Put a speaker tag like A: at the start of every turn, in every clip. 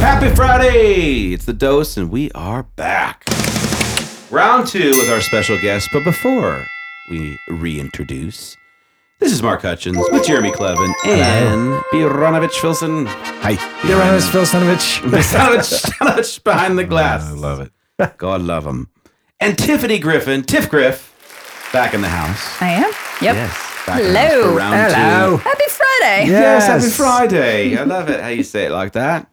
A: Happy Friday! It's the dose, and we are back. Round two with our special guest, but before we reintroduce, this is Mark Hutchins with Jeremy Clevin and Bironovich Filson.
B: Hi, Uranus Filsonovich.
A: Bironovich behind the glass.
B: I love it.
A: God love him. And Tiffany Griffin, Tiff Griff, back in the house.
C: I am. Yep.
A: Back in the house
C: Hello.
A: for round two.
B: Hello.
C: Happy Friday.
A: Yes, happy Friday. I love it how you say it like that.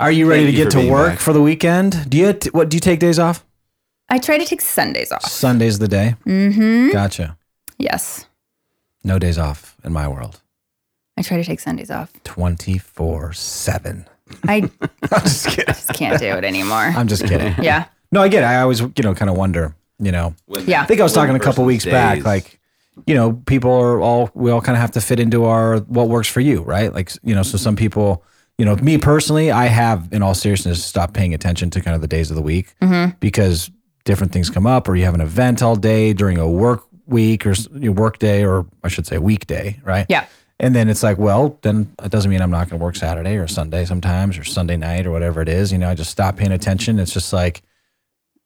B: Are you ready
A: Thank
B: to
A: you
B: get
A: for
B: to
A: being
B: work
A: back.
B: for the weekend? Do you t- what? Do you take days off?
C: I try to take Sundays off.
B: Sunday's the day.
C: Mm-hmm.
B: Gotcha.
C: Yes.
B: No days off in my world.
C: I try to take Sundays off.
B: Twenty four seven.
C: I
B: I'm just kidding.
C: just can't do it anymore.
B: I'm just kidding.
C: yeah.
B: No, I get. it. I always you know kind of wonder. You know,
A: When-
C: Yeah.
B: I think I was
A: when
B: talking a couple
A: person's
B: weeks back,
A: days-
B: like, you know, people are all, we all kind of have to fit into our, what works for you, right? Like, you know, so some people, you know, me personally, I have, in all seriousness, stopped paying attention to kind of the days of the week because different things come up, or you have an event all day during a work week or s- your work day, or I should say weekday, right?
C: Yeah.
B: And then it's like, well, then it doesn't mean I'm not going to work Saturday or Sunday sometimes or Sunday night or whatever it is. You know, I just stop paying attention. It's just like,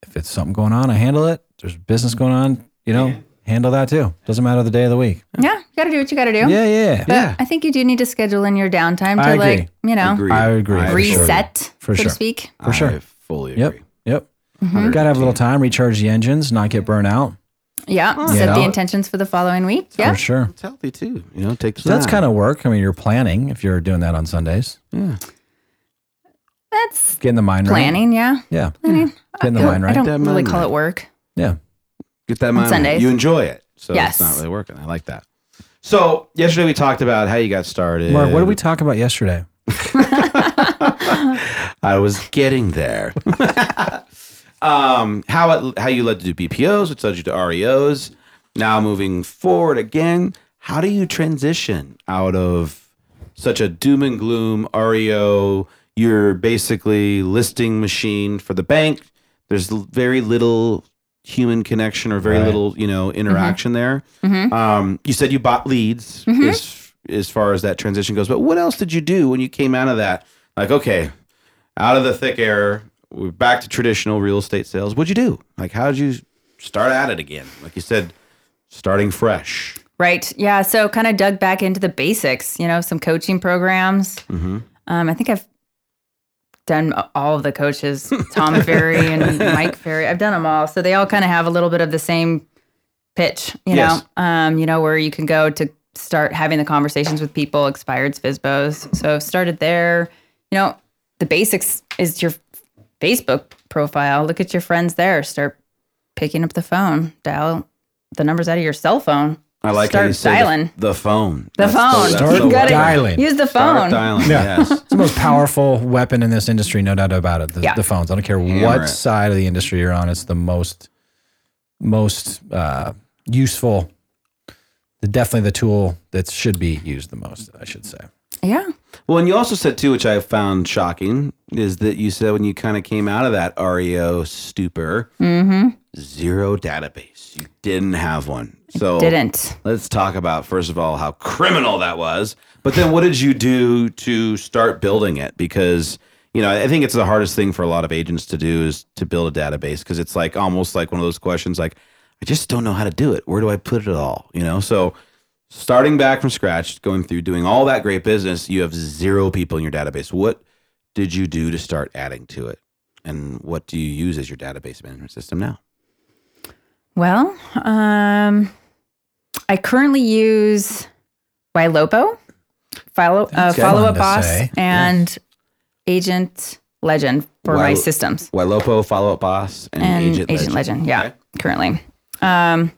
B: if it's something going on, I handle it. There's business going on, you know, handle that too. Doesn't matter the day of the week.
C: Yeah. You got to do what you got to do.
B: Yeah, yeah,
C: But
B: yeah.
C: I think you do need to schedule in your downtime
B: I
C: to,
B: agree.
C: like, you know,
A: Agreed.
B: I agree.
A: I
B: for sure.
C: reset,
B: For
C: so
B: sure.
C: to speak.
B: For sure.
A: I fully
B: Yep,
A: agree.
B: yep.
C: Mm-hmm.
B: Got to have a little time, recharge the engines, not get burnt out.
C: Yeah. Set
B: Yeah.
C: the intentions for the following week. Yeah.
B: For sure.
A: It's healthy too. You know, take the
B: So that's
A: time.
B: kind of work. I mean, you're planning if you're doing that on Sundays.
C: That's
B: Getting the mind right.
C: planning. Yeah.
B: Yeah.
C: Planning.
B: Getting the mind
C: I
B: right.
C: don't
A: That
C: really
A: mind
C: call
A: right.
C: it work.
B: Yeah.
A: get that mind.
C: Sundays.
A: You enjoy it, so it's
C: Yes.
A: not really working. I like that. So yesterday we talked about how you got started.
B: Mark, what did we talk about yesterday?
A: I was getting there. um, how it, how you led to do BPOs, which led you to REOs. Now moving forward again, how do you transition out of such a doom and gloom REO? You're basically listing machine for the bank. There's l- very little human connection or very
B: Right.
A: little you know interaction there. Um, you said you bought leads as, as far as that transition goes, but what else did you do when you came out of that? Like, okay, out of the thick air, we're back to traditional real estate sales. What'd you do? Like, how did you start at it again? Like you said, starting fresh.
C: Right. Yeah. So kind of dug back into the basics, you know, some coaching programs. Um, I think I've done a- all of the coaches, Tom Ferry and Mike Ferry. I've done them all. So they all kind of have a little bit of the same pitch, you
A: Yes.
C: know, um, you know, where you can go to start having the conversations with people, expireds, FISBOs. So I've started there, you know, the basics is your Facebook profile. Look at your friends there. Start picking up the phone, dial the numbers out of your cell phone.
A: I like how
C: start
A: you said
C: dialing.
A: The, the phone.
C: The phone.
A: that's
B: Start
C: You
A: word.
C: gotta
B: dialing.
C: Use the
A: Start
C: phone.
A: dialing.
B: Yeah.
A: Yes.
B: It's the most powerful weapon in this industry, no doubt about it. The,
C: Yeah.
B: the phones. I don't care what
A: it.
B: side of the industry you're on. It's the most, most uh, useful. Definitely the tool that should be used the most. I should say.
C: Yeah.
A: Well, and you also said too, which I found shocking, is that you said when you kind of came out of that REO stupor,
C: Mm-hmm.
A: zero database. You didn't have one. So
C: Didn't.
A: Let's talk about first of all how criminal that was, but then what did you do to start building it? Because you know, I think it's the hardest thing for a lot of agents to do is to build a database because it's like almost like one of those questions like I just don't know how to do it. Where do I put it all? You know, so starting back from scratch, going through doing all that great business, you have zero people in your database. What did you do to start adding to it? And what do you use as your database management system now?
C: Well, um, I currently use Wilopo, follow uh,
B: That's good.
C: follow
B: Fun
C: up
B: to
C: boss,
B: say.
C: and Agent Legend for my
A: Wi-
C: systems
A: Wilopo, Follow Up Boss, and,
C: and
A: Agent,
C: Legend. Yeah,
A: Okay.
C: currently. Um,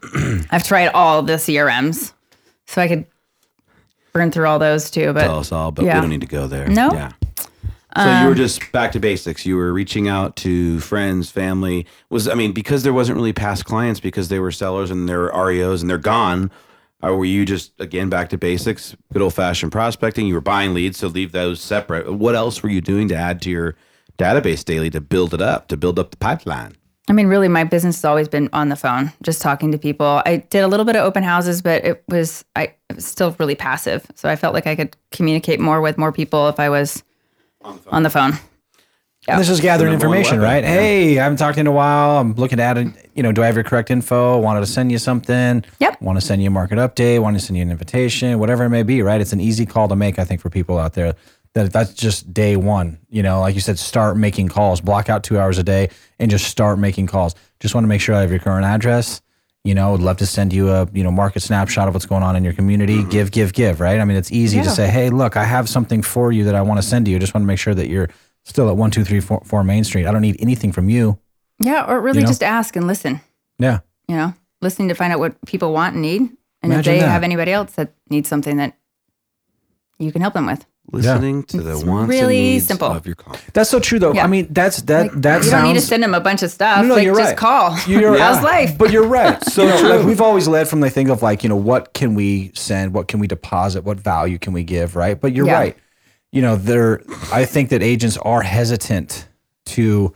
C: I've tried all the CRMs, so I could burn through all those too. But
A: tell us all, but we
C: yeah. Um,
A: don't need to go there.
C: No?
A: Yeah. So you were just back to basics. You were reaching out to friends, family. Was I mean, because there wasn't really past clients because they were sellers and they're REOs and they're gone. Or were you just again back to basics, good old fashioned prospecting? You were buying leads, so leave those separate. What else were you doing to add to your database daily to build it up, to build up the pipeline?
C: I mean, really, my business has always been on the phone, just talking to people. I did a little bit of open houses, but it was I it was still really passive. So I felt like I could communicate more with more people if I was on the phone. Yeah.
B: This is gathering
A: Number one
B: information, right?
A: weapon, yeah.
B: Hey, I haven't talked in a while. I'm looking at it. You know, do I have your correct info? Wanted to send you something.
C: Yep.
B: Want to send you a market update. Want to send you an invitation, whatever it may be, right? It's an easy call to make, I think, for people out there. That that's just day one. You know, like you said, start making calls. Block out two hours a day and just start making calls. Just want to make sure I have your current address. You know, would love to send you a you know market snapshot of what's going on in your community. Give, give, give. Right? I mean, it's easy to
C: Yeah.
B: say, hey, look, I have something for you that I want to send to you. Just want to make sure that you're still at one two three four four Main Street. I don't need anything from you.
C: Yeah, or really
B: You know?
C: just ask and listen.
B: Yeah.
C: You know, listening to find out what people want and need, and
B: Imagine
C: if they
B: that.
C: have anybody else that needs something that you can help them with.
A: Listening to the
C: It's
A: wants
C: really
A: and needs
C: simple.
A: of your client.
B: That's so true, though.
C: Yeah.
B: I mean, that's that
C: Like,
B: that
C: you don't need to
B: sounds.
C: send them a bunch of stuff.
B: No, no,
C: like,
B: you're
C: just
B: right.
C: call.
B: You're
C: How's
B: right.
C: life?
B: But you're right. So
A: true.
B: like, we've always led from the thing of like, you know, what can we send? What can we deposit? What value can we give? Right. But you're
C: Yeah.
B: right. You know, there. I think that agents are hesitant to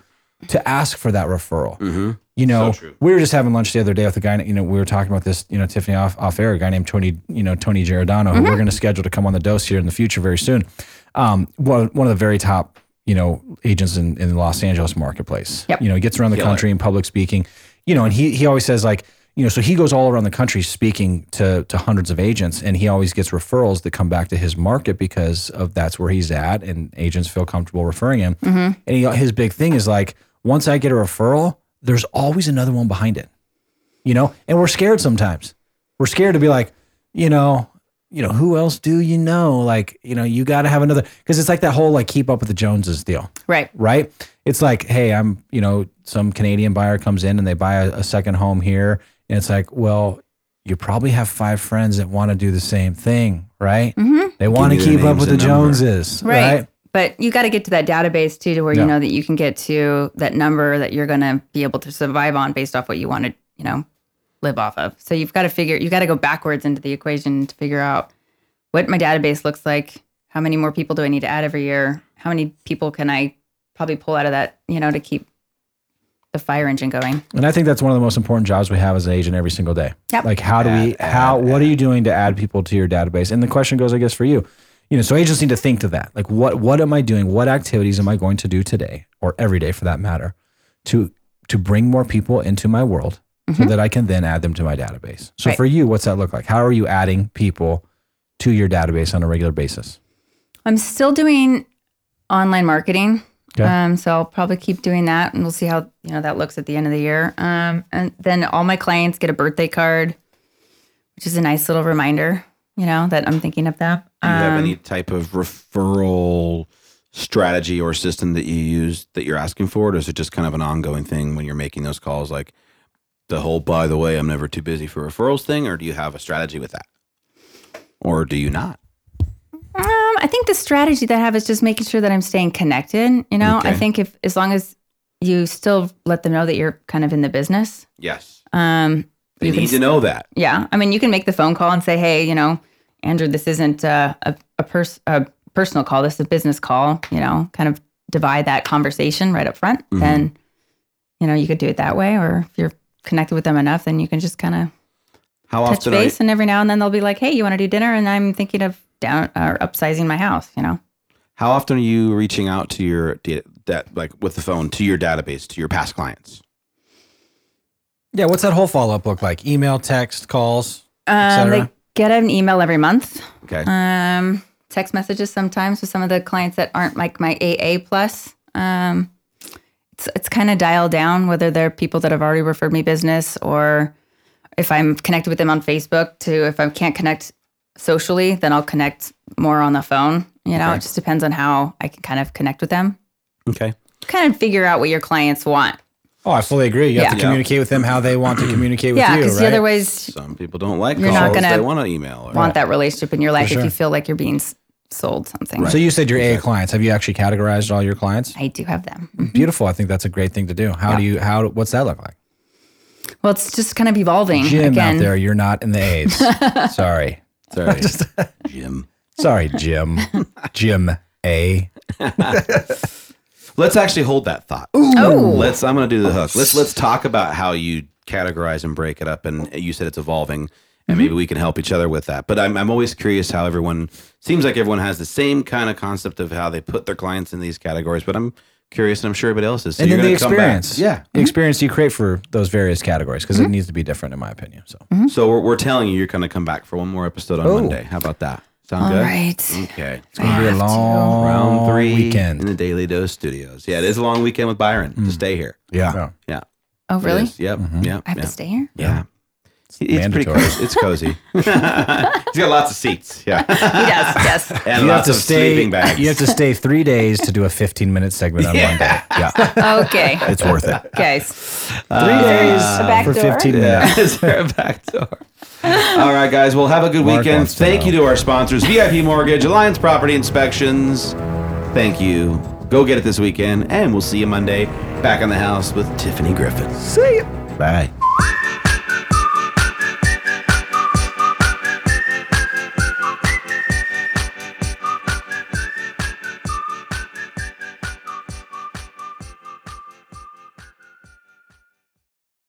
B: to ask for that referral. You know,
A: true.
B: we were just having lunch the other day with a guy. You know, we were talking about this. You know, Tiffany off off air, a guy named Tony. You know, Tony Giordano,
C: Mm-hmm.
B: who we're going to schedule to come on the dose here in the future very soon. Um, one one of the very top you know agents in in the Los Angeles marketplace.
C: Yep.
B: You know, he gets around the
A: Kill
B: country in public speaking. You know, and he he always says like. You know, so he goes all around the country speaking to to hundreds of agents, and he always gets referrals that come back to his market because of that's where he's at, and agents feel comfortable referring him. And he, his big thing is like, once I get a referral, there's always another one behind it, you know. And we're scared sometimes. We're scared to be like, you know, you know, who else do you know? Like, you know, you got to have another because it's like that whole like keep up with the Joneses deal
C: right.
B: right? It's like, hey, I'm, you know, some Canadian buyer comes in and they buy a, a second home here. And it's like, well, you probably have five friends that want to do the same thing, right? They want to
A: Give me their
B: keep up
A: names
B: with the
A: and number.
B: Joneses,
C: right.
B: right?
C: But you got to get to that database too, to where
B: Yeah.
C: you know that you can get to that number that you're going to be able to survive on based off what you want to, you know, live off of. So you've got to figure, you got to go backwards into the equation to figure out what my database looks like. How many more people do I need to add every year? How many people can I probably pull out of that, you know, to keep the fire engine going?
B: And I think that's one of the most important jobs we have as an agent every single day.
C: Yep.
B: Like, how do we,
A: Add,
B: how,
A: add,
B: what are you doing to add people to your database? And the question goes, I guess, for you, you know, so agents need to think to that. Like, what, what am I doing? What activities am I going to do today or every day for that matter to, to bring more people into my world so that I can then add them to my database? So
C: Mm-hmm. Right.
B: for you, what's that look like? How are you adding people to your database on a regular basis?
C: I'm still doing online marketing.
B: Okay.
C: Um, so I'll probably keep doing that and we'll see how you know that looks at the end of the year. Um, and then all my clients get a birthday card, which is a nice little reminder, you know, that I'm thinking of them.
A: Do you have
C: Um,
A: any type of referral strategy or system that you use that you're asking for? Or is it just kind of an ongoing thing when you're making those calls? Like the whole, by the way, I'm never too busy for referrals thing? Or do you have a strategy with that? Or do you not?
C: Um, I think the strategy that I have is just making sure that I'm staying connected. You know, I
A: Okay.
C: think if as long as you still let them know that you're kind of in the business,
A: Yes.
C: um,
A: They
C: you can
A: need to know that.
C: Yeah. I mean, you can make the phone call and say, hey, you know, Andrew, this isn't uh, a, a, pers- a personal call. This is a business call, you know, kind of divide that conversation right up front.
A: Mhm.
C: And, you know, you could do it that way. Or if you're connected with them enough, then you can just kind of
A: How
C: touch
A: often are you,
C: base. And every now and then they'll be like, hey, you want to do dinner? And I'm thinking of down or upsizing my house, you know?
A: how often are you reaching out to your da- that like with the phone to your database to your past clients?
B: Yeah. What's that whole follow up look like? Email, text, calls?
C: Um,
B: cetera.
C: they get an email every month.
A: Okay.
C: Um, text messages sometimes with some of the clients that aren't like my AA plus. Um, it's it's kind of dialed down whether they're people that have already referred me business or if I'm connected with them on Facebook. To if I can't connect socially, then I'll connect more on the phone. You know,
A: Okay.
C: it just depends on how I can kind of connect with them.
A: okay.
C: Kind of figure out what your clients want.
B: Oh, I fully agree. You have to
A: Yeah.
B: communicate with them how they want to communicate with
C: yeah,
B: you.
C: because
B: right?
C: the other ways
A: Some people don't like
C: You're
A: calls.
C: not gonna
A: they want to email. Or,
C: want that relationship in your life
B: sure.
C: if you feel like you're being s- sold something.
B: So you said your A clients. Have you actually categorized all your clients?
C: I do have them.
B: Beautiful. I think that's a great thing to do. How do you? How? What's that look like?
C: Well, it's just kind of evolving
B: Jim
C: Mm-hmm. again.
B: out there, you're not in the A's. sorry,
A: Sorry, Jim.
B: sorry, Jim. Jim A.
A: Let's actually hold that thought.
C: Oh.
A: Let's. I'm going to do the hook. Let's let's talk about how you categorize and break it up. And you said it's evolving,
B: Mm-hmm.
A: and maybe we can help each other with that. But I'm I'm always curious how everyone seems like everyone has the same kind of concept of how they put their clients in these categories. But I'm curious, and I'm sure everybody else is. So
B: and
A: you're
B: then the
A: gonna come back.
B: experience.
A: Yeah. Mm-hmm.
B: The experience you create for those various categories because
C: Mm-hmm.
B: it needs to be different, in my opinion. So
A: So we're, we're telling you, you're going to come back for one more episode on Monday. How about that? Sound
C: All
A: good?
C: right.
A: Okay.
B: it's going to be a long
A: Round three in
B: weekend. Mm.
A: the Daily Dose Studios. Yeah, it is a long weekend with Byron to stay here.
B: Yeah.
A: Yeah.
C: Oh,
A: It
C: really?
A: is. Yep.
B: Mm-hmm.
A: Yep.
C: I have
A: yep.
C: to stay here?
A: Yeah. It's, pretty
B: mandatory.
A: cozy. It's cozy. He's got lots of seats. Yeah.
C: yes, yes.
A: And
B: You have
A: lots
B: to
A: of
B: stay.
A: sleeping bags.
B: You have to stay three days to do a 15 minute segment on Monday. Yeah,
C: Okay,
B: it's worth it.
C: guys.
A: Uh,
B: Three days
C: a back
B: for
C: door?
B: 15 minutes.
A: Yeah. Is there a back door? All right, guys. Well, have a good
B: Mark
A: weekend.
B: wants to
A: Thank
B: know.
A: you to our sponsors, VIP Mortgage, Alliance Property Inspections. Thank you. Go get it this weekend, and we'll see you Monday back on the house with Tiffany Griffin.
B: See you. Bye.